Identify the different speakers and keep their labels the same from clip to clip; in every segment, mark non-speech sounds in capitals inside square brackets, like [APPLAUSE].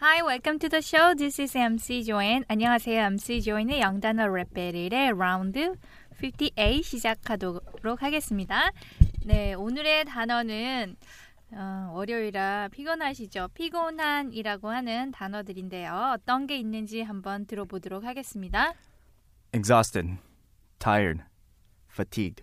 Speaker 1: Hi, welcome to the show. This is MC Joanne. 안녕하세요. MC Joanne의 영단어 랩 배틀의 라운드 58 시작하도록 하겠습니다. 네, 오늘의 단어는 어, 월요일이라 피곤하시죠? 피곤한이라고 하는 단어들인데요. 어떤 게 있는지 한번 들어보도록 하겠습니다.
Speaker 2: Exhausted, tired, fatigued.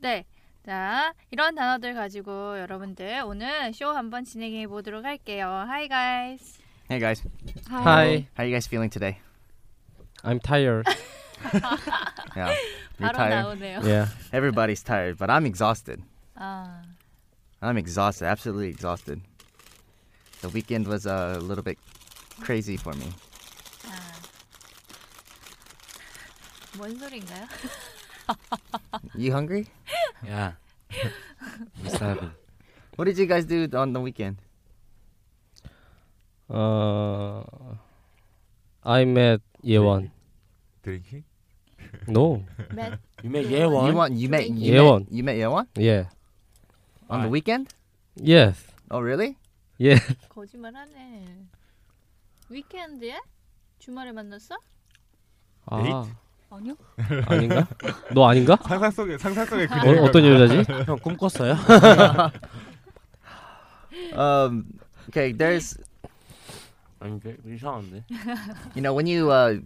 Speaker 1: 네. 자, 이런 단어들 가지고 여러분들 오늘 쇼 한번 진행해 보도록 할게요. Hi guys.
Speaker 2: Hey guys,
Speaker 3: Hi,
Speaker 2: how you guys feeling today?
Speaker 3: I'm tired.
Speaker 1: [LAUGHS]
Speaker 2: Yeah, you're
Speaker 1: 바로
Speaker 2: tired.
Speaker 1: 나오네요.
Speaker 3: yeah.
Speaker 2: Everybody's tired, but I'm exhausted.
Speaker 1: 아.
Speaker 2: I'm exhausted, absolutely exhausted. The weekend was a little bit crazy for me.
Speaker 1: 뭔 소리인가요?
Speaker 2: You hungry? [LAUGHS]
Speaker 3: Yeah. I'm starving.
Speaker 2: What did you guys do on the weekend?
Speaker 3: Uh, I met Yewon.
Speaker 4: [LAUGHS] 드링킹?
Speaker 3: No.
Speaker 1: 맨
Speaker 5: You met
Speaker 2: You
Speaker 5: Yewon?
Speaker 2: want you met you
Speaker 3: Yeowon.
Speaker 2: met you met Yeowon
Speaker 3: Yeah.
Speaker 2: on the
Speaker 5: Why?
Speaker 2: weekend?
Speaker 3: Yes.
Speaker 2: Oh really?
Speaker 3: Yeah.
Speaker 1: 거짓말하네. 위켄드에 주말에 만났어?
Speaker 3: 아.
Speaker 1: 아니요.
Speaker 3: 아닌가?
Speaker 4: [LAUGHS]
Speaker 3: 너 아닌가?
Speaker 4: 상상 속에 상상 속에
Speaker 5: 아,
Speaker 4: 그
Speaker 3: 어, 어떤 여자지?
Speaker 4: [LAUGHS]
Speaker 5: 형 꿈꿨어요?
Speaker 2: Um, okay, there's
Speaker 5: 아니 되 이상한데
Speaker 2: you know when you uh,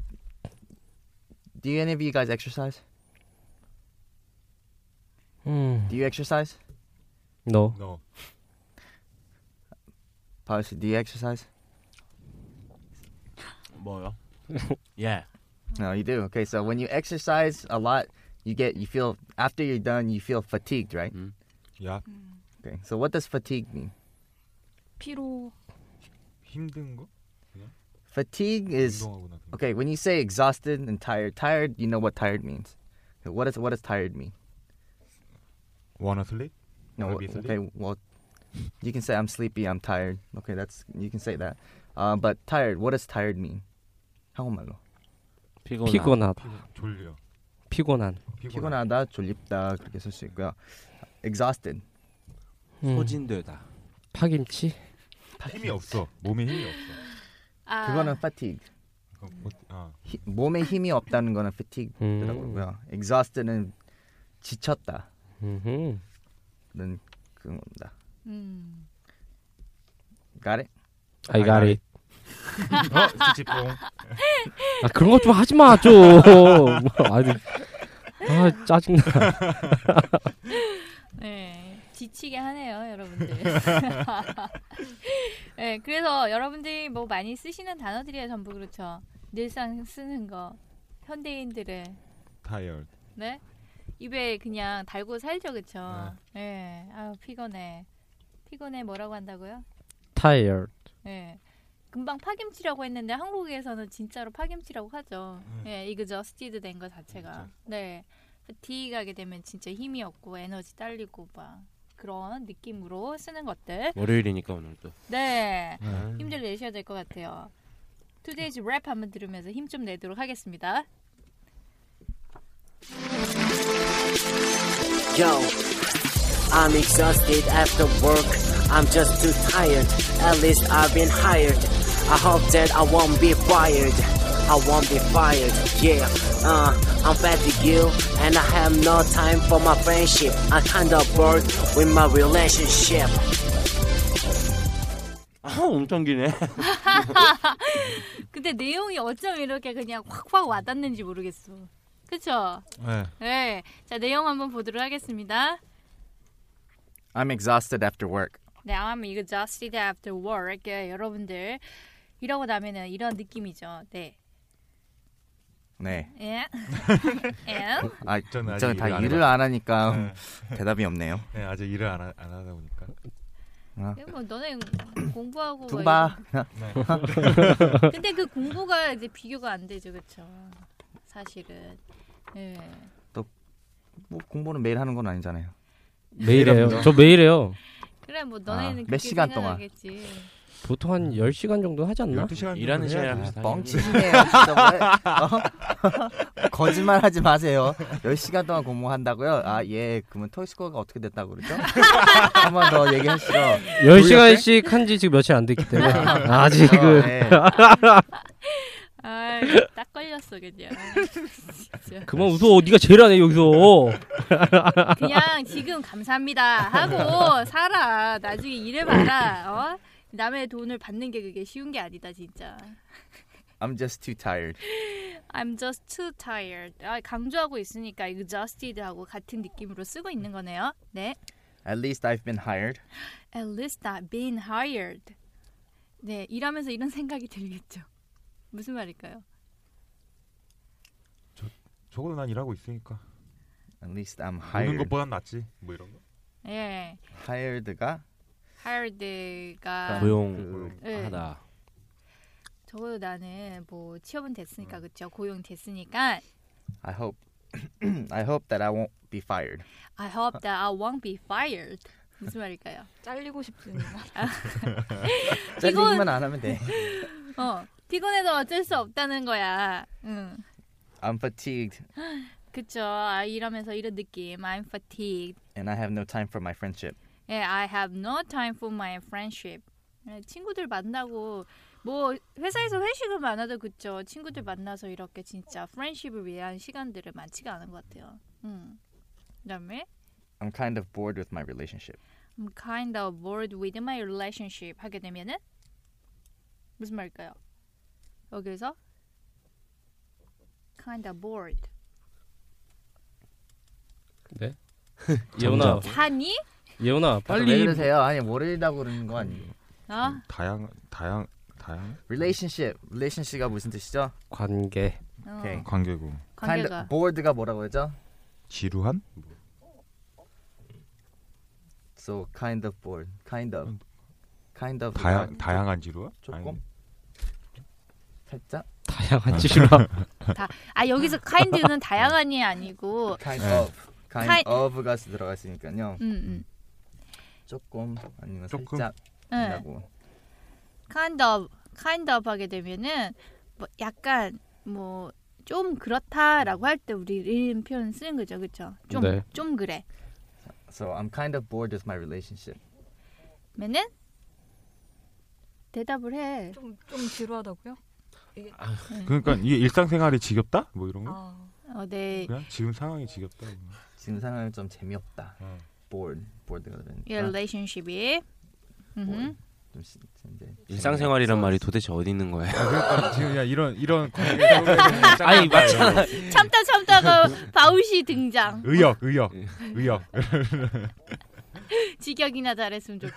Speaker 2: do you any of you guys exercise?
Speaker 3: 음.
Speaker 2: Do you exercise?
Speaker 3: No.
Speaker 4: 너
Speaker 2: Policy, do you exercise?
Speaker 5: 뭐요? 예
Speaker 2: No, you do. Okay, so when you exercise a lot, you get you feel after you're done, you feel fatigued, right?
Speaker 4: 야
Speaker 2: Okay, so what does fatigue mean?
Speaker 1: 피로.
Speaker 4: 힘든 거?
Speaker 2: Fatigue is
Speaker 4: 운동하고 나서
Speaker 2: okay. When you say exhausted and tired, tired, you know what tired means. Okay, What does what does tired mean?
Speaker 4: wanna sleep?
Speaker 2: No,
Speaker 4: Maybe
Speaker 2: okay, well, you can say I'm sleepy, I'm tired. Okay, that's you can say that. Uh, but tired, what does tired mean? 한국말로.
Speaker 5: 피곤한
Speaker 3: 피곤하다.
Speaker 4: 피곤- 졸려
Speaker 3: 피곤한.
Speaker 4: 피곤한
Speaker 2: 피곤하다, 졸립다 그렇게 쓸 수 있고요. Exhausted.
Speaker 3: 음.
Speaker 5: 소진되다
Speaker 3: 파김치?
Speaker 4: 힘이 없어 몸에 힘이 없어
Speaker 1: 아,
Speaker 2: 그거는 fatigue.
Speaker 4: 그거 뭐- 아,
Speaker 2: 히, 몸에 힘이 없다는 거는 fatigue더라고요. Exhausted는 지쳤다는
Speaker 3: 음흠.
Speaker 2: 그런 겁니다.
Speaker 1: 음.
Speaker 2: Got it?
Speaker 3: I got it.
Speaker 4: 어, 수치뽕
Speaker 3: [LAUGHS] 아 그런 거 좀 하지 마 좀. 뭐, 아니. 아
Speaker 4: [LAUGHS]
Speaker 3: 짜증나.
Speaker 1: 네. 지치게 하네요, 여러분들. [LAUGHS] 네, 그래서 여러분들이 뭐 많이 쓰시는 단어들이에요, 전부 그렇죠. 늘상 쓰는 거. 현대인들의
Speaker 4: tired
Speaker 1: 네. 입에 그냥 달고 살죠, 그렇죠. 네. 아유, 피곤해. 피곤해 뭐라고 한다고요?
Speaker 3: Tired.
Speaker 1: 예. 금방 파김치라고 했는데 한국에서는 진짜로 파김치라고 하죠.
Speaker 5: 음.
Speaker 1: 예, 이그저스티드 된 거 자체가. 네. 디가게 되면 진짜 힘이 없고 에너지 딸리고 막 그런 느낌으로 쓰는 것들.
Speaker 5: 월요일이니까 오늘 또
Speaker 1: 네.
Speaker 5: 아.
Speaker 1: 힘들 내셔야 될 것 같아요. 투데이즈 랩 한번 들으면서 힘 좀 내도록 하겠습니다.
Speaker 6: Yo, I'm exhausted after work. I'm just too tired. At least I've been hired. I hope that I won't be fired. I won't be fired. Yeah, uh, I'm fatigued and I have no time for my friendship. I kinda bored with my relationship.
Speaker 5: 아, 엄청 기네.
Speaker 1: 근데 내용이 어쩜 이렇게 그냥 확확 와닿는지 모르겠어. 그쵸?
Speaker 4: 네.
Speaker 1: 네. 자, 내용 한번 보도록 하겠습니다.
Speaker 2: I'm exhausted after work.
Speaker 1: 네, I'm exhausted after work. 예, 여러분들 이러고 나면은 이런 느낌이죠. 네.
Speaker 2: 네.
Speaker 1: 예. [LAUGHS] 예.
Speaker 2: 아,
Speaker 4: 저는 아직
Speaker 2: 저는 다
Speaker 4: 일을 안
Speaker 2: 일을
Speaker 4: 해봤-
Speaker 2: 안 하니까 [LAUGHS] 대답이 없네요.
Speaker 4: 네, 아직 일을 안, 하, 안 하다 보니까.
Speaker 1: 뭐 너네 공부하고 막
Speaker 2: 둥바.
Speaker 4: 네.
Speaker 1: 이런- 근데 그 공부가 이제 비교가 안 되죠, 그쵸? 사실은. 예.
Speaker 2: 뭐 공부는 매일 하는 건 아니잖아요.
Speaker 3: 매일 해요. 저 매일 해요.
Speaker 1: 그래 뭐
Speaker 2: 아,
Speaker 1: 너네는 그게
Speaker 2: 몇 시간 동안?
Speaker 1: 생각하겠지.
Speaker 3: 보통 한 10시간 정도 하지 않나?
Speaker 4: 12시간
Speaker 5: 일하는
Speaker 4: 정도 해야
Speaker 5: 시간이랑
Speaker 4: 돼요.
Speaker 5: 비슷하게.
Speaker 4: [LAUGHS]
Speaker 2: 뻥치시네요. 어? [LAUGHS] 거짓말 하지 마세요. 10시간 동안 공부한다고요? 아, 예. 그러면 토익스코어가 어떻게 됐다고 그러죠? [LAUGHS] 한 번 더 얘기하시죠.
Speaker 4: 네.
Speaker 3: 10시간씩 한 지 지금 며칠 안 됐기 때문에
Speaker 5: 네.
Speaker 3: 아직은
Speaker 2: 네.
Speaker 1: 아, 딱 걸렸어 그냥. 진짜.
Speaker 3: 그만 웃어. 네가 제일 안해 여기서.
Speaker 1: 그냥 지금 감사합니다 하고 살아. 나중에 일해봐라. 어? 남의 돈을 받는 게 그게 쉬운 게 아니다 진짜.
Speaker 2: I'm just too tired.
Speaker 1: I'm just too tired. 아, 강조하고 있으니까 exhausted하고 같은 느낌으로 쓰고 있는 거네요. 네.
Speaker 2: At least I've been hired.
Speaker 1: At least I've been hired. 네, 일하면서 이런 [LAUGHS] 생각이 들겠죠. 무슨 말일까요?
Speaker 4: 적어도 난 일하고 있으니까.
Speaker 2: At least I'm
Speaker 4: 노는
Speaker 2: hired.
Speaker 4: 것보단 낫지. 뭐 이런 거.
Speaker 1: 예,
Speaker 2: hired가
Speaker 1: hired가
Speaker 5: 아. 고용
Speaker 3: 그
Speaker 1: 예,
Speaker 5: 하다.
Speaker 1: 적어도 나는 뭐 취업은 됐으니까
Speaker 5: 음.
Speaker 1: 그쵸 고용 됐으니까
Speaker 2: I hope [CLEARS THROAT] I hope that I won't be fired.
Speaker 1: I hope that I won't be fired. 무슨 말일까요?
Speaker 7: 잘리고 싶지는
Speaker 2: 잘리기만 안 하면 돼.
Speaker 1: 어, 피곤해도 어쩔 수 없다는 거야. 응.
Speaker 2: I'm fatigued
Speaker 1: 그쵸. 아, 일하면서 이런 느낌. I'm fatigued.
Speaker 2: and I have no time for my friendship.
Speaker 1: 예, I have no time for my friendship. 예, 친구들 만나고 뭐 회사에서 회식을 많아도 그쵸 친구들 만나서 이렇게 진짜 프렌십을 위한 시간들을 많지가 않은 것 같아요. 음. 그다음에
Speaker 2: I'm kind of bored with my relationship.
Speaker 1: I'm kind of bored with my relationship 하게 되면은 무슨 말일까요? 여기서 kind of bored.
Speaker 3: 네. 예원아,
Speaker 1: 자니?
Speaker 3: 예원아,
Speaker 2: 왜
Speaker 3: 빨리
Speaker 2: 그러세요? 아니 모르다고 그러는 거 아니에요.
Speaker 1: 어?
Speaker 2: 음,
Speaker 4: 다양 다양 다양
Speaker 2: relationship relationship가 무슨 뜻이죠?
Speaker 3: 관계.
Speaker 1: 어,
Speaker 2: 오케이.
Speaker 4: 관계고
Speaker 2: kind
Speaker 1: 관계가
Speaker 2: of bored가 뭐라고 그러죠?
Speaker 4: 지루한
Speaker 2: So kind of bored. kind of kind of
Speaker 4: 다양 다양한 지루한
Speaker 2: 조금
Speaker 4: 아니,
Speaker 2: 살짝
Speaker 3: 다양한 지루함.
Speaker 1: 아
Speaker 2: [LAUGHS]
Speaker 1: 여기서 kind는 다양한이 아니고
Speaker 2: kind
Speaker 4: 네.
Speaker 2: of kind
Speaker 1: 어. kind-
Speaker 2: of가 들어가 있으니까요.
Speaker 1: 음, 음.
Speaker 2: 조금 아니면
Speaker 4: 조금.
Speaker 1: 응.
Speaker 2: 살짝이라고.
Speaker 1: kind of kind of 하게 되면은 뭐 약간 뭐 좀 그렇다라고 할 때 우리 이런 표현 쓰는 거죠, 그렇죠? 좀 좀
Speaker 3: 네.
Speaker 1: 그래.
Speaker 2: So I'm kind of bored with my relationship.
Speaker 1: 그러면은 대답을 해.
Speaker 7: 좀좀 지루하다고요?
Speaker 4: 그러니까 이게 일상생활이 지겹다 뭐 이런 거
Speaker 7: 아
Speaker 1: 어, 네.
Speaker 4: 그냥 지금 상황이 지겹다 뭐.
Speaker 2: 지금 상황이 좀 재미없다.
Speaker 4: 어.
Speaker 2: bored bored가 되니까
Speaker 1: 이 relationship이 음.
Speaker 2: 좀 시, 이제
Speaker 5: [LAUGHS] 일상생활이란 말이 도대체 어디 있는 거예요?
Speaker 4: 아, 그러니까 지금 그냥 이런 이런 [LAUGHS] 관계
Speaker 5: 아니 맞잖아.
Speaker 1: 참다 참다가 바우시 등장.
Speaker 4: 의역 의역 의역
Speaker 1: 직역이나 잘했으면 좋겠어.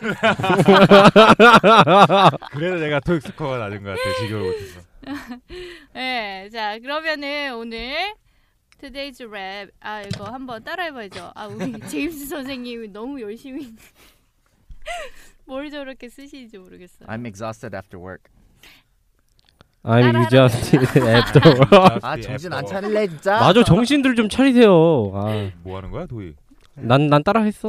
Speaker 4: 그래서 내가 토익 스코어가 낮은 것 같아 지겨워 못해서
Speaker 1: 네, 자 그러면은 오늘 Today's Rap 아 이거 한번 따라해봐야죠. 아 우리 제임스 선생님이 너무 열심히 [LAUGHS] 뭘 저렇게 쓰시는지 모르겠어요.
Speaker 2: I'm exhausted after work.
Speaker 3: I'm exhausted after work.
Speaker 2: 아 정신 안 차릴래 진짜?
Speaker 3: 맞아, 정신들 좀 차리세요. 아,
Speaker 5: 네.
Speaker 4: 뭐 하는 거야 도희
Speaker 3: 난, 난 따라했어.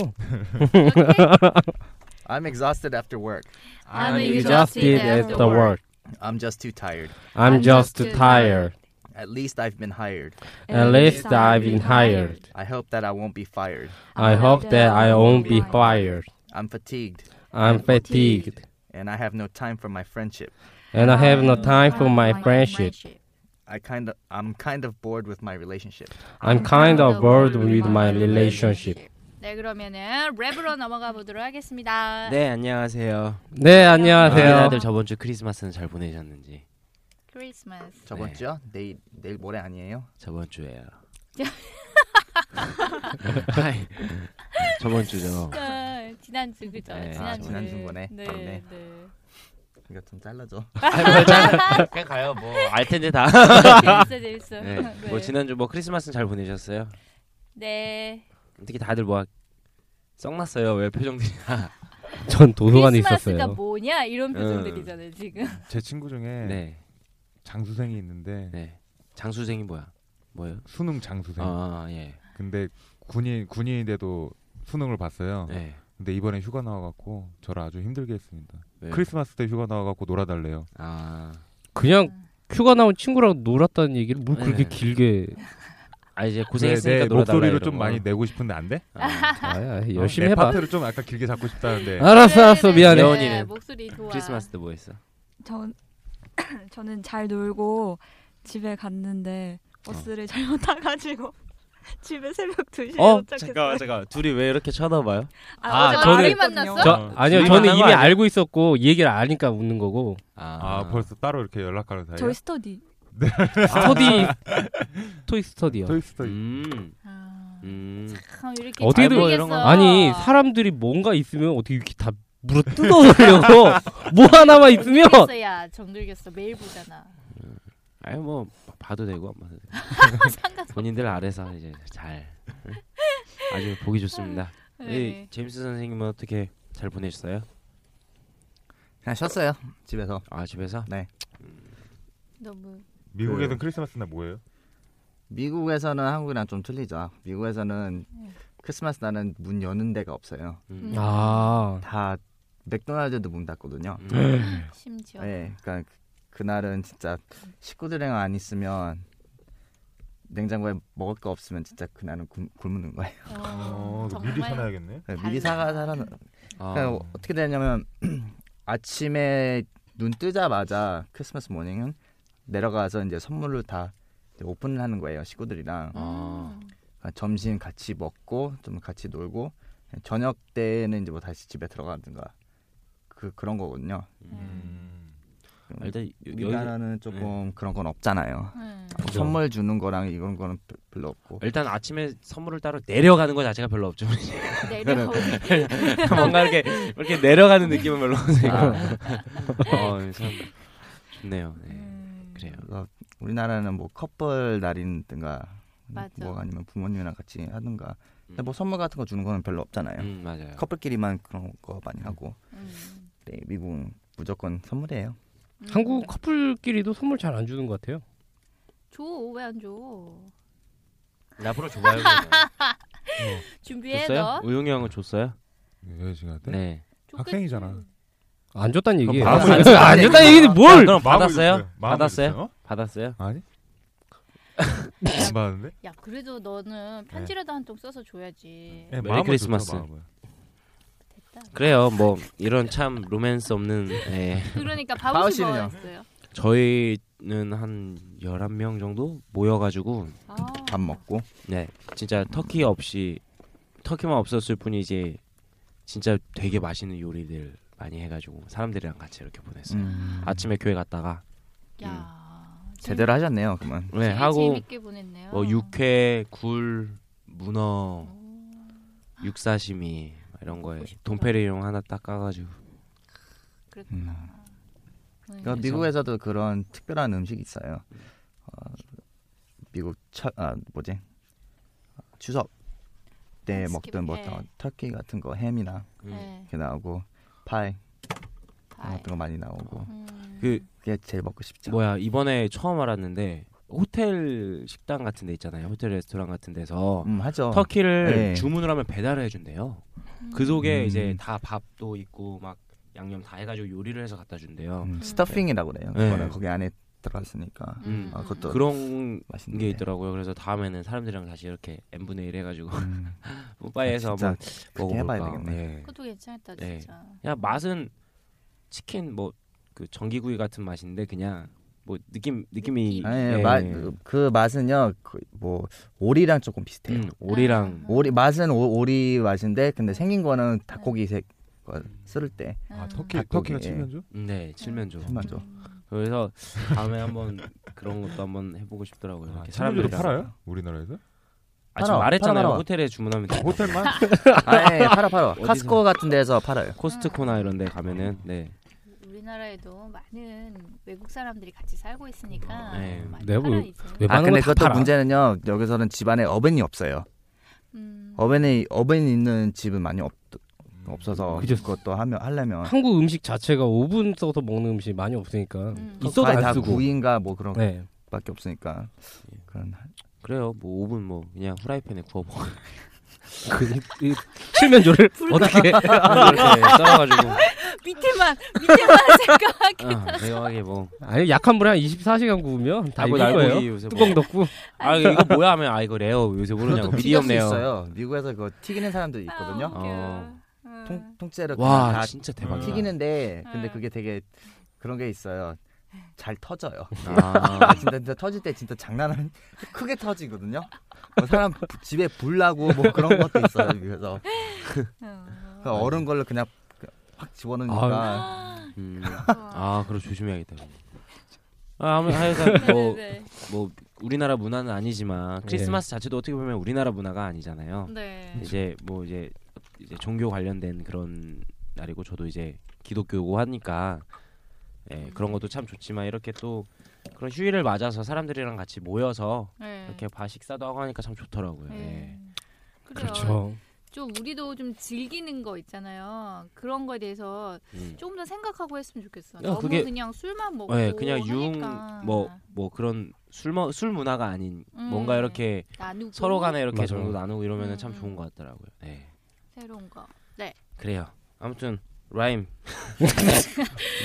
Speaker 2: I'm exhausted after work.
Speaker 1: I'm
Speaker 3: exhausted after
Speaker 1: 네,
Speaker 3: work.
Speaker 2: I'm just too tired.
Speaker 3: I'm just tired.
Speaker 2: At least I've been hired.
Speaker 3: At least I've been hired.
Speaker 2: I hope that I won't be fired.
Speaker 3: I hope that I won't be fired.
Speaker 2: I'm fatigued
Speaker 3: I'm fatigued.
Speaker 2: and I have no time for my friendship.
Speaker 3: And I have no
Speaker 1: 네.
Speaker 3: time for my
Speaker 1: 아,
Speaker 3: friendship.
Speaker 2: I kind of I'm kind of bored with my relationship.
Speaker 3: I'm kind of bored with my relationship.
Speaker 1: 네, 그러면은 랩으로 넘어가 보도록 하겠습니다.
Speaker 5: 네 안녕하세요. 아,
Speaker 3: 네, 안녕하세요.
Speaker 5: 다들 저번 주 크리스마스는 잘 보내셨는지
Speaker 1: 크리스마스.
Speaker 2: 저번
Speaker 5: 네.
Speaker 2: 주요? 내일 내일 모레 아니에요?
Speaker 5: 저번 주에요. [LAUGHS] 하이. 저번 주죠.
Speaker 1: 아, 지난주 그죠?
Speaker 5: 네,
Speaker 1: 지난주.
Speaker 5: 아,
Speaker 2: 지난주인 거네.
Speaker 1: 네.
Speaker 2: 네.
Speaker 1: 네.
Speaker 2: 이거 좀 잘라줘.
Speaker 5: 그냥 가요 뭐 알 텐데 다.
Speaker 1: 재밌어 재밌어.
Speaker 5: 네. 뭐 지난주 뭐 크리스마스는 잘 보내셨어요?
Speaker 1: 네.
Speaker 5: 특히 다들 뭐 썩났어요. 왜 표정들이 다.
Speaker 3: 전 도서관에
Speaker 1: 크리스마스가
Speaker 3: 있었어요.
Speaker 1: 뭐냐 이런
Speaker 5: 음.
Speaker 1: 표정들이잖아요 지금.
Speaker 4: 제 친구 중에
Speaker 5: 네.
Speaker 4: 장수생이 있는데
Speaker 5: 네. 장수생이 뭐야? 뭐예요?
Speaker 4: 수능 장수생.
Speaker 5: 아, 예.
Speaker 4: 근데 군인 군인인데도 수능을 봤어요.
Speaker 5: 네.
Speaker 4: 근데 이번에 휴가 나와갖고 저를 아주 힘들게 했습니다.
Speaker 5: 왜요?
Speaker 4: 크리스마스 때 휴가 나와갖고 놀아달래요.
Speaker 5: 아.
Speaker 3: 그냥 휴가 나온 친구랑 놀았다는 얘기를 뭘 그렇게
Speaker 1: [LAUGHS]
Speaker 5: 네.
Speaker 3: 길게
Speaker 5: 아 이제
Speaker 4: 내,
Speaker 5: 고생했으니까
Speaker 4: 내
Speaker 5: 놀아달라
Speaker 4: 목소리로
Speaker 5: 이런
Speaker 4: 좀
Speaker 5: 거.
Speaker 4: 많이 내고 싶은데 안 돼?
Speaker 5: 아,
Speaker 3: 아, 아,
Speaker 4: 어?
Speaker 3: 열심히
Speaker 4: 내
Speaker 3: 해봐.
Speaker 4: 파트를 좀 아까 길게 잡고 싶다는데
Speaker 3: 알았어, 알았어,
Speaker 1: 네,
Speaker 3: 미안해.
Speaker 1: 네,
Speaker 5: 여원이는.
Speaker 1: 목소리 좋아.
Speaker 5: 크리스마스 때 뭐 했어?
Speaker 7: 전 [CLEARS THROAT] 저는 잘 놀고 집에 갔는데 버스를 잘못 타가지고 [LAUGHS] 집에 새벽 2 시에
Speaker 3: 어,
Speaker 7: 도착했어요.
Speaker 5: 잠깐 둘이 왜 이렇게 쳐다봐요?
Speaker 3: 아,
Speaker 7: 어제
Speaker 3: 저는-
Speaker 7: 말이
Speaker 1: 만났어?
Speaker 3: 저
Speaker 4: 어,
Speaker 3: 아니요,
Speaker 5: 둘이
Speaker 3: 저는
Speaker 5: 만난
Speaker 3: 이미
Speaker 5: 거 아니야?
Speaker 3: 알고 있었고 이 얘기를 아니까 웃는 거고
Speaker 4: 아, 벌써 따로 이렇게 연락하는 사이야?
Speaker 7: 저희 스터디.
Speaker 3: [LAUGHS] 스터디 토이 스터디요.
Speaker 4: 토이스토리
Speaker 5: 음.
Speaker 1: 아,
Speaker 5: 음.
Speaker 1: 참 이렇게
Speaker 3: 어떻게든-
Speaker 1: 잘
Speaker 3: 뭐
Speaker 5: 이런 거.
Speaker 1: 모르겠어.
Speaker 3: 아니 사람들이 뭔가 있으면 어떻게 이렇게 다 물어
Speaker 1: [LAUGHS]
Speaker 3: 뜯어내려고 뭐 하나만 있으면
Speaker 1: 정들겠어야 정들겠어 매일 보잖아.
Speaker 5: 아니 뭐 봐도 되고 안 봐도 되고. 본인들 아래서 이제 잘 응? 아주 보기 좋습니다. 이
Speaker 3: 예.
Speaker 1: 네.
Speaker 5: 제임스 선생님은 어떻게 잘 보내셨어요?
Speaker 2: 그냥 쉬었어요. 집에서.
Speaker 5: 아 집에서?
Speaker 1: 너무
Speaker 4: 미국에는
Speaker 2: 그-
Speaker 4: 크리스마스 날 뭐예요?
Speaker 2: 미국에서는 한국이랑 좀 틀리죠. 미국에서는 크리스마스 날은 문 여는 데가 없어요.
Speaker 5: 음.
Speaker 1: 음.
Speaker 3: 아
Speaker 2: 다 맥도날드도 문 닫거든요.
Speaker 5: 음.
Speaker 1: 심지어.
Speaker 2: 네, 그러니까 그- 그날은 진짜 식구들이랑 안 있으면 냉장고에 먹을 거 없으면 진짜 그날은 굶, 굶는 거예요.
Speaker 4: 어, 그거 미리 사놔야겠네
Speaker 2: 네, 미리 사가 사라.
Speaker 5: 아.
Speaker 2: 그러니까 어떻게 되냐면 [CLEARS THROAT] 아침에 눈 뜨자마자 크리스마스 모닝은 내려가서 이제 선물을 다 이제 오픈을 하는 거예요. 식구들이랑
Speaker 5: 아.
Speaker 2: 그러니까 점심 같이 먹고 좀 같이 놀고 저녁 때는 이제 뭐 다시 집에 들어가든가 그 그런 거거든요.
Speaker 4: 음.
Speaker 5: 아, 일단 여, 여,
Speaker 2: 우리나라는
Speaker 5: 네.
Speaker 2: 조금 그런 건 없잖아요. 뭐
Speaker 1: 음.
Speaker 3: 그죠.
Speaker 2: 선물 주는 거랑 이런 거는 별- 별로 없고.
Speaker 5: 일단 아침에 선물을 따로 내려가는 거 자체가 별로 없죠.
Speaker 1: 내려오고
Speaker 3: [LAUGHS]
Speaker 5: 뭔가 [LAUGHS] 이렇게 이렇게 내려가는 느낌은 별로 없으니까. 어, 참 좋네요. 네.
Speaker 1: 음.
Speaker 5: 그래요.
Speaker 2: 그래서 우리나라는 뭐 커플 날이든가
Speaker 1: 맞아.
Speaker 2: 뭐 아니면 부모님이랑 같이 하든가. 근데 뭐 선물 같은 거 주는 거는 별로 없잖아요.
Speaker 5: 음, 맞아요.
Speaker 2: 커플끼리만 그런 거 많이 하고.
Speaker 1: 음.
Speaker 2: 네, 미국은 무조건 선물이에요.
Speaker 1: 음.
Speaker 3: 한국 커플끼리도 선물 잘 안 주는 것 같아요.
Speaker 1: 줘왜 안 줘?
Speaker 5: 앞으로
Speaker 1: [LAUGHS]
Speaker 5: 줘봐요.
Speaker 3: 어.
Speaker 1: 준비해
Speaker 5: 줬어요?
Speaker 1: 너.
Speaker 5: 우용이 형은 줬어요?
Speaker 4: 여자친구한테?
Speaker 5: 네.
Speaker 4: 학생이잖아.
Speaker 3: 안 줬다는 얘기예요.
Speaker 5: 그럼
Speaker 2: 아,
Speaker 5: 바보
Speaker 3: 안 줬다는 얘기는
Speaker 5: 아,
Speaker 3: 뭘?
Speaker 5: 그럼
Speaker 4: 마음을
Speaker 5: 받았어요?
Speaker 4: 줬어요. 마음을
Speaker 5: 받았어요?
Speaker 4: 줬어요?
Speaker 5: 받았어요?
Speaker 4: 아니? 안 받았는데?
Speaker 1: 야 그래도 너는
Speaker 5: 네.
Speaker 1: 편지라도 한 통 써서 줘야지.
Speaker 4: 네,
Speaker 5: [LAUGHS] 메리
Speaker 4: 마음을
Speaker 5: 크리스마스.
Speaker 4: 줬어요, 마음을.
Speaker 1: 됐다.
Speaker 5: 그래요. 뭐 이런 참 로맨스 없는 예.
Speaker 1: 그러니까
Speaker 5: [LAUGHS]
Speaker 2: 바우
Speaker 1: 바우씨
Speaker 2: 씨는요?
Speaker 1: 뭐였어요?
Speaker 5: 저희는 한 11명 정도 모여 가지고
Speaker 1: 아.
Speaker 2: 밥 먹고.
Speaker 5: 네. 진짜 터키 없이 터키만 없었을 뿐이지 진짜 되게 맛있는 요리들 많이 해 가지고 사람들이랑 같이 이렇게 보냈어요.
Speaker 2: 음.
Speaker 5: 아침에 교회 갔다가
Speaker 1: 야.
Speaker 2: 제대로 하셨네요, 그만.
Speaker 5: 음. 네,
Speaker 1: 재미-
Speaker 5: 하고
Speaker 1: 재밌게 보냈네요.
Speaker 5: 뭐 육회, 굴, 문어,
Speaker 1: 오,
Speaker 5: 육사시미 이런 거에
Speaker 1: 먹고 싶다.
Speaker 5: 돈페리용 하나 딱 까가지고
Speaker 1: 그랬구나.
Speaker 2: 음.
Speaker 1: 음.
Speaker 2: 그러니까 미국에서도 그런 특별한 음식이 있어요. 어, 미국 철, 아 뭐지 추석 때
Speaker 1: 스킵,
Speaker 2: 먹던 뭐
Speaker 1: 예.
Speaker 2: 어, 터키 같은 거 햄이나
Speaker 5: 음.
Speaker 1: 네.
Speaker 2: 이렇게 나오고 파이
Speaker 1: 아,
Speaker 2: 같은 거 많이 나오고
Speaker 1: 음.
Speaker 5: 그
Speaker 2: 그게 제일 먹고 싶죠.
Speaker 5: 뭐야 이번에 처음 알았는데 호텔 식당 같은 데 있잖아요 호텔 레스토랑 같은 데서
Speaker 2: 음 하죠.
Speaker 5: 터키를
Speaker 2: 네.
Speaker 5: 주문을 하면 배달을 해준대요
Speaker 1: 음.
Speaker 5: 그 속에
Speaker 2: 음.
Speaker 5: 이제 다 밥도 있고 막 양념 다 해가지고 요리를 해서 갖다 준대요
Speaker 2: 음, 스타핑이라고 그래요.
Speaker 5: 네.
Speaker 2: 그거는 거기 안에 들어갔으니까
Speaker 5: 음.
Speaker 2: 아, 그것도
Speaker 5: 그런
Speaker 2: 맛있는
Speaker 5: 게 있더라고요 그래서 다음에는 사람들이랑 다시 이렇게 n분의 1 해가지고 [LAUGHS] 뽀빠이에서
Speaker 2: 아, 진짜
Speaker 5: 한번
Speaker 2: 음. 그렇게 해봐야
Speaker 5: 먹어볼까
Speaker 2: 되겠네.
Speaker 5: 네.
Speaker 1: 그것도 괜찮다
Speaker 5: 네.
Speaker 1: 진짜.
Speaker 5: 그냥 맛은 치킨 뭐 그 전기구이 같은 맛인데 그냥 뭐 느낌 느낌이
Speaker 2: 아니,
Speaker 5: 예,
Speaker 2: 마,
Speaker 5: 예.
Speaker 2: 그 맛은요 그, 뭐 오리랑 조금 비슷해요.
Speaker 5: 음,
Speaker 1: 아.
Speaker 5: 오리랑
Speaker 2: 오리 맛은 오, 리 맛인데 근데 생긴 거는 닭고기 색 거, 쓸 때.
Speaker 4: 아,
Speaker 1: 음.
Speaker 4: 터키
Speaker 2: 닭고기,
Speaker 4: 터키가
Speaker 2: 예.
Speaker 4: 칠면조?
Speaker 5: 네 칠면조
Speaker 2: 칠면조.
Speaker 1: [LAUGHS]
Speaker 2: 맞죠.
Speaker 5: 그래서 다음에 한번 그런 것도 한번 해보고 싶더라고요. 이렇게
Speaker 4: 칠면조도
Speaker 5: 아, 사람들이랑.
Speaker 4: 아, 팔아요?
Speaker 5: [LAUGHS]
Speaker 4: 우리나라에서?
Speaker 5: 아, 지금
Speaker 2: 아, 팔아,
Speaker 5: 말했잖아요.
Speaker 2: 팔아, 팔아.
Speaker 5: 호텔에 주문하면 돼.
Speaker 4: 호텔만?
Speaker 2: 아, 예, 팔아 팔아.
Speaker 5: 어디서?
Speaker 2: 카스코 같은 데서 팔아요.
Speaker 5: 코스트코나 이런 데 가면은 네.
Speaker 1: 우리나라에도 많은 외국 사람들이 같이 살고 있으니까
Speaker 5: 네.
Speaker 1: 많이
Speaker 3: 내가
Speaker 1: 팔아
Speaker 3: 왜-
Speaker 1: 이제.
Speaker 2: 아
Speaker 3: 웬만한
Speaker 2: 근데
Speaker 3: 거다
Speaker 2: 그것도
Speaker 3: 팔아.
Speaker 2: 문제는요 여기서는 집안에 어벤이 없어요.
Speaker 1: 음.
Speaker 2: 어벤이 어벤 있는 집은 많이 없, 없어서
Speaker 3: 그죠.
Speaker 2: 그것도 하면 하려면
Speaker 3: 한국 음식 자체가 오븐 써서 먹는 음식 많이 없으니까
Speaker 1: 음.
Speaker 3: 있어도
Speaker 2: 거의
Speaker 3: 안
Speaker 2: 다
Speaker 3: 쓰고.
Speaker 2: 구이인가 뭐 그런
Speaker 3: 네.
Speaker 2: 것밖에 없으니까 그런
Speaker 5: 그래요. 뭐 오븐 뭐 그냥 후라이팬에 구워 먹어.
Speaker 3: [LAUGHS] 그, 이,
Speaker 1: [LAUGHS]
Speaker 3: 칠면조를 [LAUGHS] 어떻게
Speaker 5: 네, 이렇게 썰어가지고
Speaker 1: 밑에만 밑에만 [LAUGHS] 생각하게
Speaker 5: 아, 대박에 뭐. 아,
Speaker 3: 아니 약한 불에 한 24시간 구우면 다 익을
Speaker 5: 날고기
Speaker 3: 거예요.
Speaker 5: 요새
Speaker 3: 뚜껑
Speaker 5: 뭐.
Speaker 3: 넣고
Speaker 5: 아 이거 뭐야 하면 아 이거 레어
Speaker 3: [LAUGHS]
Speaker 5: 요새 모르냐고
Speaker 2: 그것도
Speaker 5: 미디엄
Speaker 2: 튀길 수
Speaker 5: 레어.
Speaker 2: 있어요. 미국에서 그거 튀기는 사람들이 있거든요.
Speaker 7: 아,
Speaker 5: 어.
Speaker 7: 음.
Speaker 8: 아.
Speaker 2: 통, 통째로 그냥
Speaker 5: 와
Speaker 2: 다
Speaker 5: 진짜 대박이다.
Speaker 2: 튀기는데 근데
Speaker 1: 음.
Speaker 2: 그게 되게 그런 게 있어요. 잘 터져요.
Speaker 5: 아,
Speaker 2: 진짜, 진짜 터질 때 진짜 장난 아니 [LAUGHS] 크게 터지거든요. 뭐 사람 부- 집에 불 나고 뭐 그런 것도 있어요. 그래서
Speaker 7: 음.
Speaker 2: 그 얼은 걸로 그냥 확 집어넣으니까
Speaker 5: 음. 아 그럼 조심해야겠다. 그럼. 아 아무 하여간 뭐
Speaker 1: [LAUGHS]
Speaker 5: 뭐
Speaker 1: 네네.
Speaker 5: 우리나라 문화는 아니지만
Speaker 3: 네.
Speaker 5: 크리스마스 자체도 어떻게 보면 우리나라 문화가 아니잖아요.
Speaker 1: 네.
Speaker 5: 어. 이제 뭐 이제 이제 종교 관련된 그런 날이고 저도 이제 기독교고 하니까 예, 그런 것도 참 좋지만 이렇게 또 그런 휴일을 맞아서 사람들이랑 같이 모여서
Speaker 1: 네.
Speaker 5: 이렇게 밥 식사도 하고 하니까 참 좋더라고요. 예.
Speaker 1: 음. 그래요.
Speaker 3: 그렇죠.
Speaker 1: 좀 우리도 좀 즐기는 거 있잖아요. 그런 거에 대해서
Speaker 5: 음.
Speaker 1: 조금 더 생각하고 했으면 좋겠어.
Speaker 5: 야,
Speaker 1: 너무
Speaker 5: 아, 그게-
Speaker 1: 그냥 술만 먹고
Speaker 5: 예, 그냥 융
Speaker 1: 하니까.
Speaker 5: 뭐 뭐 그런 술먹 술 문화가 아닌
Speaker 1: 음.
Speaker 5: 뭔가 이렇게
Speaker 1: 나누고
Speaker 5: 서로 간에 이렇게
Speaker 3: 맞아요.
Speaker 5: 정도 나누고 이러면
Speaker 1: 음,
Speaker 5: 참
Speaker 1: 음.
Speaker 5: 좋은 것 같더라고요. 네.
Speaker 1: 새로운 거.
Speaker 5: 그래요. 아무튼
Speaker 3: [LAUGHS]
Speaker 5: 라임.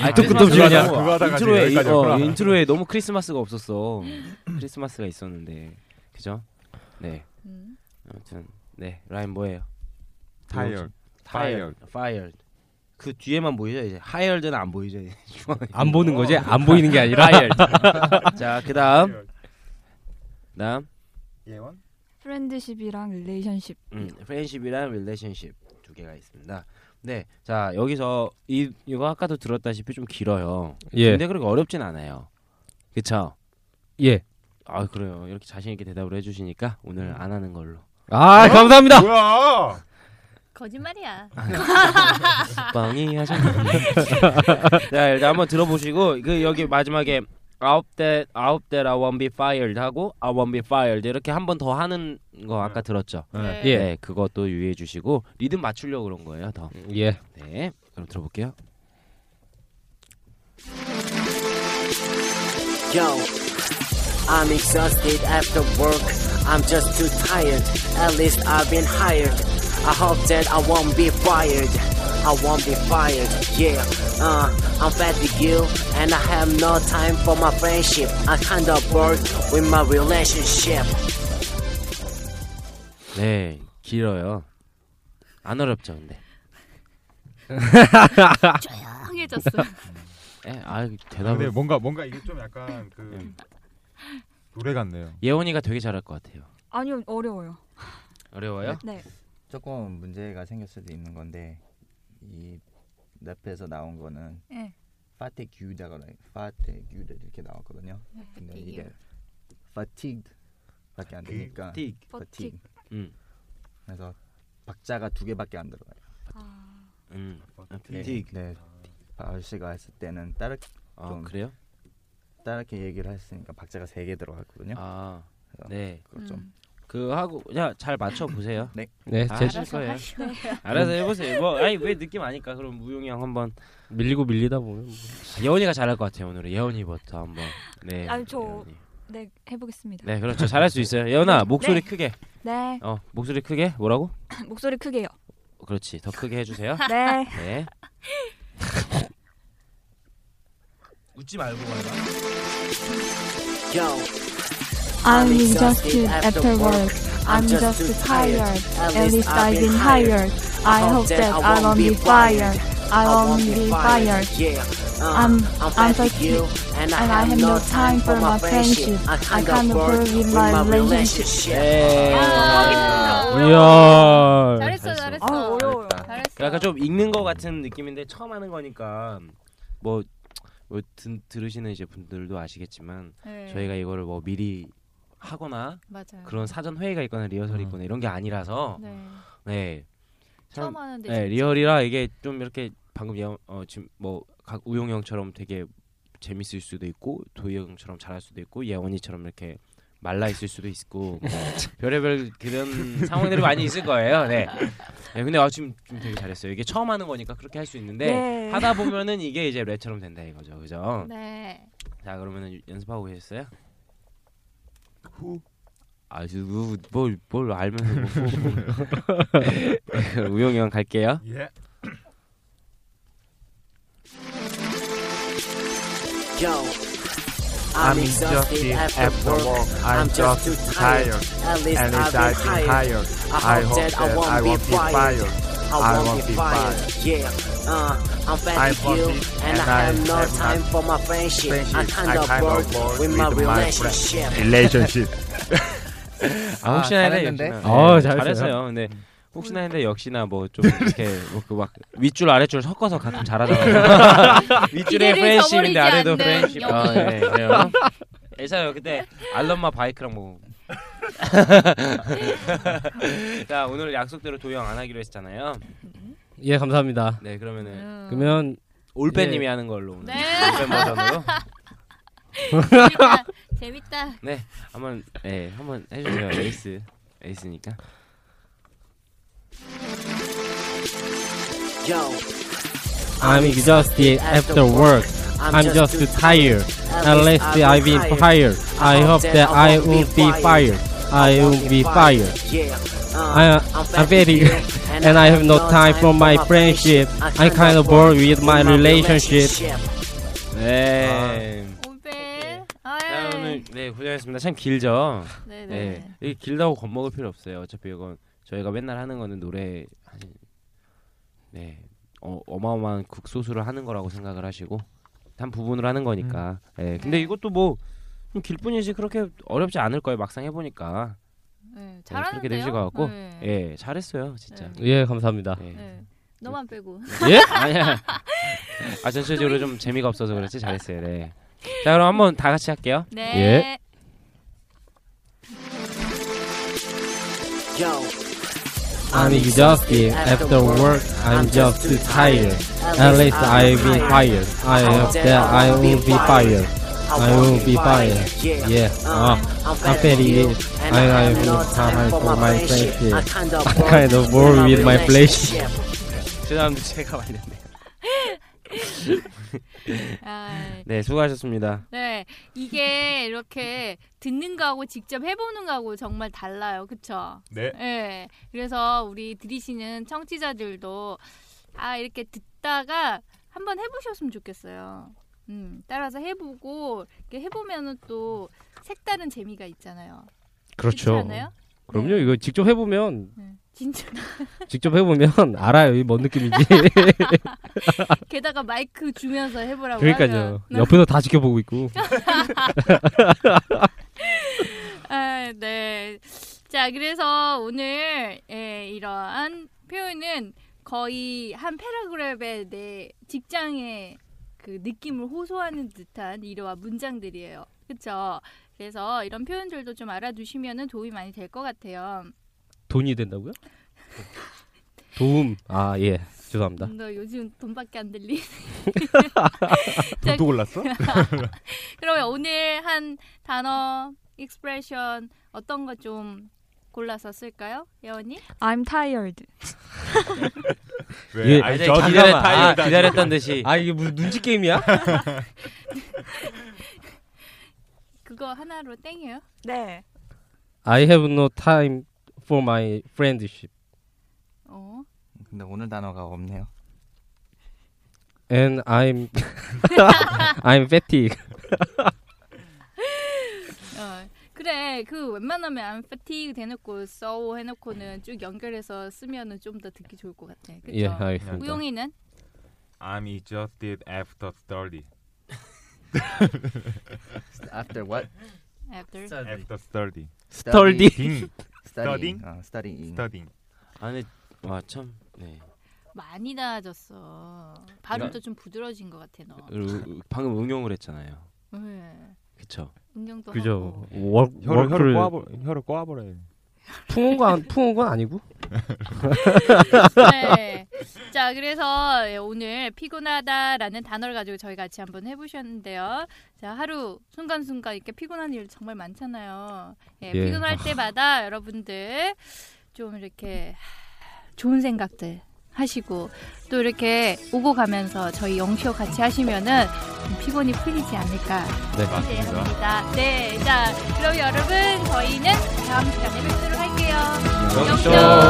Speaker 5: 아,
Speaker 3: 또 끝도 없이 그냥
Speaker 4: 그거 하다가
Speaker 5: 인트로에
Speaker 4: 지금 여기까지
Speaker 5: 이거 어,
Speaker 4: 왔구나.
Speaker 5: 인트로에 너무 크리스마스가 없었어. 크리스마스가 있었는데 그죠? 네.
Speaker 1: 음.
Speaker 5: 아무튼 네 라임 뭐예요?
Speaker 4: 타이어.
Speaker 5: Fired. Fired. 그 뒤에만 보이죠 이제 hired는 안 보이죠 이제.
Speaker 3: [LAUGHS] 안 보는 거지? 안 보이는 게 아니라
Speaker 5: 자 그다음 다음
Speaker 2: 예원
Speaker 7: 프렌드십이랑 릴레이션십.
Speaker 5: 음, 프렌십이랑 릴레이션십 두 개가 있습니다. 네, 자 여기서 이 이거 아까도 들었다시피 좀 길어요.
Speaker 3: [LAUGHS]
Speaker 2: 네.
Speaker 3: 예.
Speaker 5: 근데 그렇게 어렵진 않아요. 그쵸?
Speaker 3: 예.
Speaker 5: 아 그래요. 이렇게 자신 있게 대답을 해주시니까 오늘 안 하는 걸로.
Speaker 3: 아, 감사합니다.
Speaker 4: 뭐야?
Speaker 1: 거짓말이야.
Speaker 5: 아, 빵이 하자. [LAUGHS] 자 일단 한번 들어보시고 그 여기 마지막에 아홉 대 아홉 대 I won't be fired 하고 I won't be fired 이렇게 한 번 더 하는 거 아까 들었죠.
Speaker 1: 네.
Speaker 3: 예.
Speaker 5: 네, 그것도 유의해 주시고 리듬 맞추려고 그런 거예요. 더.
Speaker 3: 예.
Speaker 5: 네, 그럼 들어볼게요.
Speaker 6: Yo, I'm exhausted after work. I'm just too tired. At least I've been hired. I hope that I won't be fired. I won't be fired. Yeah, uh, I'm fatigued and I have no time for my friendship. I kinda bored with my relationship.
Speaker 5: 네, 길어요. 안 어렵죠, 근데. [LAUGHS]
Speaker 1: 황해졌어.
Speaker 5: 예, 아
Speaker 4: 근데
Speaker 5: 대답을
Speaker 4: 뭔가 뭔가 이게 좀 약간
Speaker 5: 음.
Speaker 4: 그 노래 같네요.
Speaker 5: 예원이가 되게 잘할 것 같아요.
Speaker 7: 아니요 어려워요.
Speaker 5: 어려워요?
Speaker 7: 네.
Speaker 2: 조금 문제가 생길 수도 있는 건데 이 랩에서 나온 거는
Speaker 1: 예.
Speaker 2: 파테규다가 파테규다 이렇게 나왔거든요. 근데 이게 fatigued밖에 안 되니까
Speaker 5: 틱.
Speaker 2: fatigue.
Speaker 5: 음.
Speaker 2: 그래서 박자가 두 개밖에 안 들어가요.
Speaker 7: 아,
Speaker 5: 음.
Speaker 2: 네, 네. 바울 씨가 했을 때는 따르
Speaker 5: 아,
Speaker 2: 좀-
Speaker 5: 그래요?
Speaker 2: 따르게 얘기를 했으니까 박자가 세 개 들어갔거든요.
Speaker 5: 아.
Speaker 2: 그래서
Speaker 5: 네.
Speaker 2: 그걸 좀
Speaker 5: 그 하고 그냥 잘 맞춰 보세요.
Speaker 3: 네,
Speaker 5: 아,
Speaker 3: 제
Speaker 5: 알았어. 거예요. 알아서 해 보세요. 뭐 아니 왜 느낌 아니까 그럼 무용이 형 한번
Speaker 3: 밀리고 밀리다 보면 뭐.
Speaker 5: 예원이가 잘할 것 같아요, 오늘은. 예원이부터 한번. 네.
Speaker 7: 아니, 저-
Speaker 5: 예원이.
Speaker 7: 네 해보겠습니다.
Speaker 5: 네, 그렇죠. 잘할 수 있어요. 예원아, 목소리 크게.
Speaker 7: 네.
Speaker 5: 어, 목소리 크게. 뭐라고?
Speaker 7: 목소리 크게요.
Speaker 5: 그렇지. 더 크게
Speaker 1: [LAUGHS]
Speaker 5: 해 주세요.
Speaker 7: 네.
Speaker 5: 네. 웃지 말고 말아.
Speaker 6: Yo,
Speaker 9: I'm exhausted after work. I'm just too tired. At least I've been hired. I hope that I won't be fired. I won't be fired.
Speaker 6: Yeah, Uh,
Speaker 9: I'm, I'm so cute,
Speaker 6: and I have no time for my friendship. I can't work with my relationship.
Speaker 3: 이야.
Speaker 1: 아, 잘했어, 잘했어.
Speaker 7: 아, 어려워요.
Speaker 1: 잘했어.
Speaker 5: 약간 그러니까 좀 읽는 것 같은 느낌인데 처음 하는 거니까 뭐, 뭐 든, 들으시는 이제 분들도 아시겠지만
Speaker 1: 네. 음.
Speaker 5: 저희가 이거를 뭐 미리 하거나
Speaker 1: 맞아요.
Speaker 5: 그런 사전 회의가 있거나 리허설이 있거나 이런 게 아니라서
Speaker 1: 네.
Speaker 5: 네.
Speaker 1: 처음
Speaker 5: 참,
Speaker 1: 하는데
Speaker 5: 네,
Speaker 1: 진짜.
Speaker 5: 리얼이라 이게 좀 이렇게 방금 예- 어 지금 뭐각 우용 형처럼 되게 재밌을 수도 있고 도희 형처럼 잘할 수도 있고 예원이처럼 이렇게 말라 있을 수도 있고 뭐 별의별 그런 상황들이 많이 있을 거예요. 네. 네, 근데 아 지금 좀 되게 잘했어요. 이게 처음 하는 거니까 그렇게 할 수 있는데
Speaker 7: 네.
Speaker 5: 하다 보면은 이게 이제 랩처럼 된다 이거죠. 그죠?
Speaker 1: 네.
Speaker 5: [LAUGHS] 자, 그러면은 유- 연습하고 계셨어요? 아, 아뭐뭘 뭘 알면서 뭐 [LAUGHS] 후. 우용이 형 갈게요.
Speaker 4: 예.
Speaker 6: Yo,
Speaker 10: I'm exhausted after work. I'm just too tired.
Speaker 6: At least
Speaker 10: At
Speaker 6: I've
Speaker 10: least
Speaker 6: been
Speaker 10: I've been
Speaker 6: hired.
Speaker 10: hired. I hope that I won't be fired.
Speaker 6: I won't be fired. Yeah, uh, I'm fat
Speaker 10: I'm
Speaker 6: as you,
Speaker 10: busy
Speaker 6: and
Speaker 10: and
Speaker 6: I
Speaker 10: I
Speaker 6: have no
Speaker 10: have
Speaker 6: time
Speaker 10: no
Speaker 6: for my friendship. I
Speaker 10: friendship.
Speaker 6: kind
Speaker 10: I
Speaker 6: of
Speaker 10: kind of
Speaker 6: bored
Speaker 10: bored
Speaker 6: with my
Speaker 10: with my
Speaker 6: relationship.
Speaker 10: relationship.
Speaker 5: 아, 혹시나 했네,
Speaker 2: 잘했는데?
Speaker 5: 역시나.
Speaker 3: 어,
Speaker 5: 네,
Speaker 3: 잘했어요.
Speaker 5: 잘했어요. 근데 혹시나 했는데 역시나 뭐 [LAUGHS] 좀 이렇게 뭐그막 윗줄 아랫줄 섞어서 가끔 잘하잖아요. [LAUGHS] 윗줄에
Speaker 1: 기대를
Speaker 5: 프렌십인데
Speaker 1: 저버리지
Speaker 5: 아래도
Speaker 1: 않는
Speaker 5: 프렌십.
Speaker 1: 영혼.
Speaker 5: 아, 예, 그래요.
Speaker 1: [LAUGHS]
Speaker 5: 예사요 그때 알럼마 바이크랑 뭐. 자 오늘 약속대로 도영 안 하기로 했잖아요.
Speaker 1: 음.
Speaker 3: 예, 감사합니다.
Speaker 5: 네 그러면은
Speaker 7: oh.
Speaker 3: 그러면
Speaker 5: 올빼님이
Speaker 3: 예.
Speaker 5: 하는 걸로 오늘
Speaker 1: 네.
Speaker 5: 올빼
Speaker 1: [LAUGHS]
Speaker 5: 버전으로.
Speaker 1: 재밌다. 재밌다.
Speaker 5: 네 한번 예 한번 해주세요 에이스 에이스니까.
Speaker 6: Yo,
Speaker 3: I'm exhausted after work. I'm just too tired. At least I've been fired. I hope that I won't be fired. I won't be fired.
Speaker 6: yeah,
Speaker 3: I, I'm very good, [LAUGHS] and I have no time for my friendship. I'm kind of bored with my relationship.
Speaker 5: 네.
Speaker 1: 오벨.
Speaker 5: 자,
Speaker 1: 아유.
Speaker 5: 오늘 네 고생했습니다. 참 길죠.
Speaker 1: 네,
Speaker 5: 네.
Speaker 1: 네.
Speaker 5: 이게 길다고 겁먹을 필요 없어요. 어차피 이건 저희가 맨날 하는 거는 노래 한- 네 어, 어마어마한 극소수를 하는 거라고 생각을 하시고 한 부분을 하는 거니까.
Speaker 1: 음.
Speaker 5: 네. 근데 이것도 뭐좀 길뿐이지 그렇게 어렵지 않을 거예요. 막상 해보니까
Speaker 1: 네.
Speaker 5: 네,
Speaker 1: 잘하는데요.
Speaker 5: 그렇게 되실 것 같고
Speaker 1: 네.
Speaker 5: 예 잘했어요 진짜.
Speaker 3: 예, 감사합니다.
Speaker 5: 네. [LAUGHS]
Speaker 1: 네. 너만 빼고.
Speaker 3: 예?
Speaker 5: 아니야. 아 전체적으로 좀 재미가 없어서 그렇지 잘했어요. 네. 자 그럼 한번 다
Speaker 1: [LAUGHS]
Speaker 5: 같이 할게요.
Speaker 1: 네.
Speaker 3: 예.
Speaker 6: Yo,
Speaker 3: I'm exhausted after work. I'm just too tired. At least I've been fired. I hope that I won't be fired. I won't be fired. Yeah. Uh, I'm very good. I I have no time for my friendship. [LAUGHS] I'm kind of bored with my relationship.
Speaker 5: 죄송합니다 제가 많이 했네요.
Speaker 1: 아,
Speaker 5: 네 수고하셨습니다.
Speaker 1: 네. 이게 이렇게 듣는 거하고 직접 해보는 거하고 정말 달라요. 그쵸?
Speaker 4: 네.
Speaker 1: 네. 그래서 우리 들으시는 청취자들도 아, 이렇게 듣다가 한번 해보셨으면 좋겠어요. 음, 따라서 해보고 이렇게 해보면은 또 색다른 재미가 있잖아요.
Speaker 3: 그렇죠.
Speaker 1: 그렇지 않아요?
Speaker 3: 그럼요.
Speaker 5: 네.
Speaker 3: 이거 직접 해보면
Speaker 1: 네. 진짜 [LAUGHS]
Speaker 3: 직접 해보면 [LAUGHS] 알아요. 이뭔
Speaker 5: [LAUGHS]
Speaker 3: 느낌인지.
Speaker 1: 게다가 마이크 주면서 해보라고
Speaker 3: 그러니까요.
Speaker 5: 네.
Speaker 1: 하면
Speaker 3: 옆에서 다 지켜보고 있고.
Speaker 1: 아, 네. 자, 그래서 오늘 예, 이러한 표현은 거의 한 패러그랩의 내 직장의 그 느낌을 호소하는 듯한 일화 문장들이에요. 그렇죠? 그래서 이런 표현들도 좀 알아두시면 도움이 많이 될 것 같아요.
Speaker 3: 돈이 된다고요? 도움. 아 예.
Speaker 5: 네.
Speaker 3: 죄송합니다.
Speaker 1: 너 요즘 돈밖에 안 들리. [LAUGHS]
Speaker 4: 돈도 골랐어?
Speaker 3: 예.
Speaker 1: 그러면 오늘 한 단어, 익스프레션 어떤 거 좀 골라서 쓸까요? 예원이?
Speaker 7: I'm tired.
Speaker 4: 왜?
Speaker 3: 예.
Speaker 4: 아니,
Speaker 5: 이제
Speaker 4: 저
Speaker 5: 기다렸,
Speaker 4: 기다렸다.
Speaker 5: 아, 기다렸단 듯이
Speaker 3: 아 이게 무슨 눈치
Speaker 4: [LAUGHS]
Speaker 3: 게임이야?
Speaker 1: 그거 하나로 땡이에요?
Speaker 7: 네.
Speaker 3: I have no time for my friendship,
Speaker 1: 어.
Speaker 2: 근데 오늘 단어가 없네요.
Speaker 3: and I'm [LAUGHS] I'm fatigue.
Speaker 1: 어, 그래 그 웬만하면 I'm fatigue 대놓고 so
Speaker 5: 예,
Speaker 1: 해놓고는 쭉 연결해서 쓰면은 좀 더 듣기 좋을 것 같아. 그쵸?
Speaker 3: 예, 알겠습니다.
Speaker 1: 우용이는
Speaker 4: I'm exhausted after study.
Speaker 2: After what?
Speaker 1: After
Speaker 4: after [LAUGHS] study.
Speaker 5: Studying.
Speaker 4: Studying.
Speaker 2: 어, Uh,
Speaker 3: 음.
Speaker 2: studying.
Speaker 4: studying.
Speaker 5: 안에 와참 네.
Speaker 1: 많이 나아졌어. 발음도
Speaker 5: 그러니까-
Speaker 1: 좀 부드러워진 것 같아 너.
Speaker 5: 으- 그 방금 응용을 했잖아요.
Speaker 1: 네.
Speaker 5: 그쵸?
Speaker 1: 응용도
Speaker 3: 그죠.
Speaker 1: 하고.
Speaker 3: 워,
Speaker 4: 혀를 혀를
Speaker 3: 음. 워크를
Speaker 4: 꼬아버 혀를 꼬아버려.
Speaker 3: 풍어가 풍어건 아니고.
Speaker 1: 네. 자, 그래서 예, 오늘 피곤하다라는 단어를 가지고 저희 같이 한번 해보셨는데요. 자, 하루 순간순간 이렇게 피곤한 일 정말 많잖아요. 예,
Speaker 3: 예.
Speaker 1: 피곤할 때마다 여러분들 좀 이렇게 좋은 생각들 하시고 또 이렇게 오고 가면서 저희 영쇼 같이 하시면은 좀 피곤이 풀리지 않을까
Speaker 3: 네.
Speaker 1: 기대합니다. 네, 자, 그럼 여러분 저희는 다음 시간에 뵙도록 할게요. 영쇼.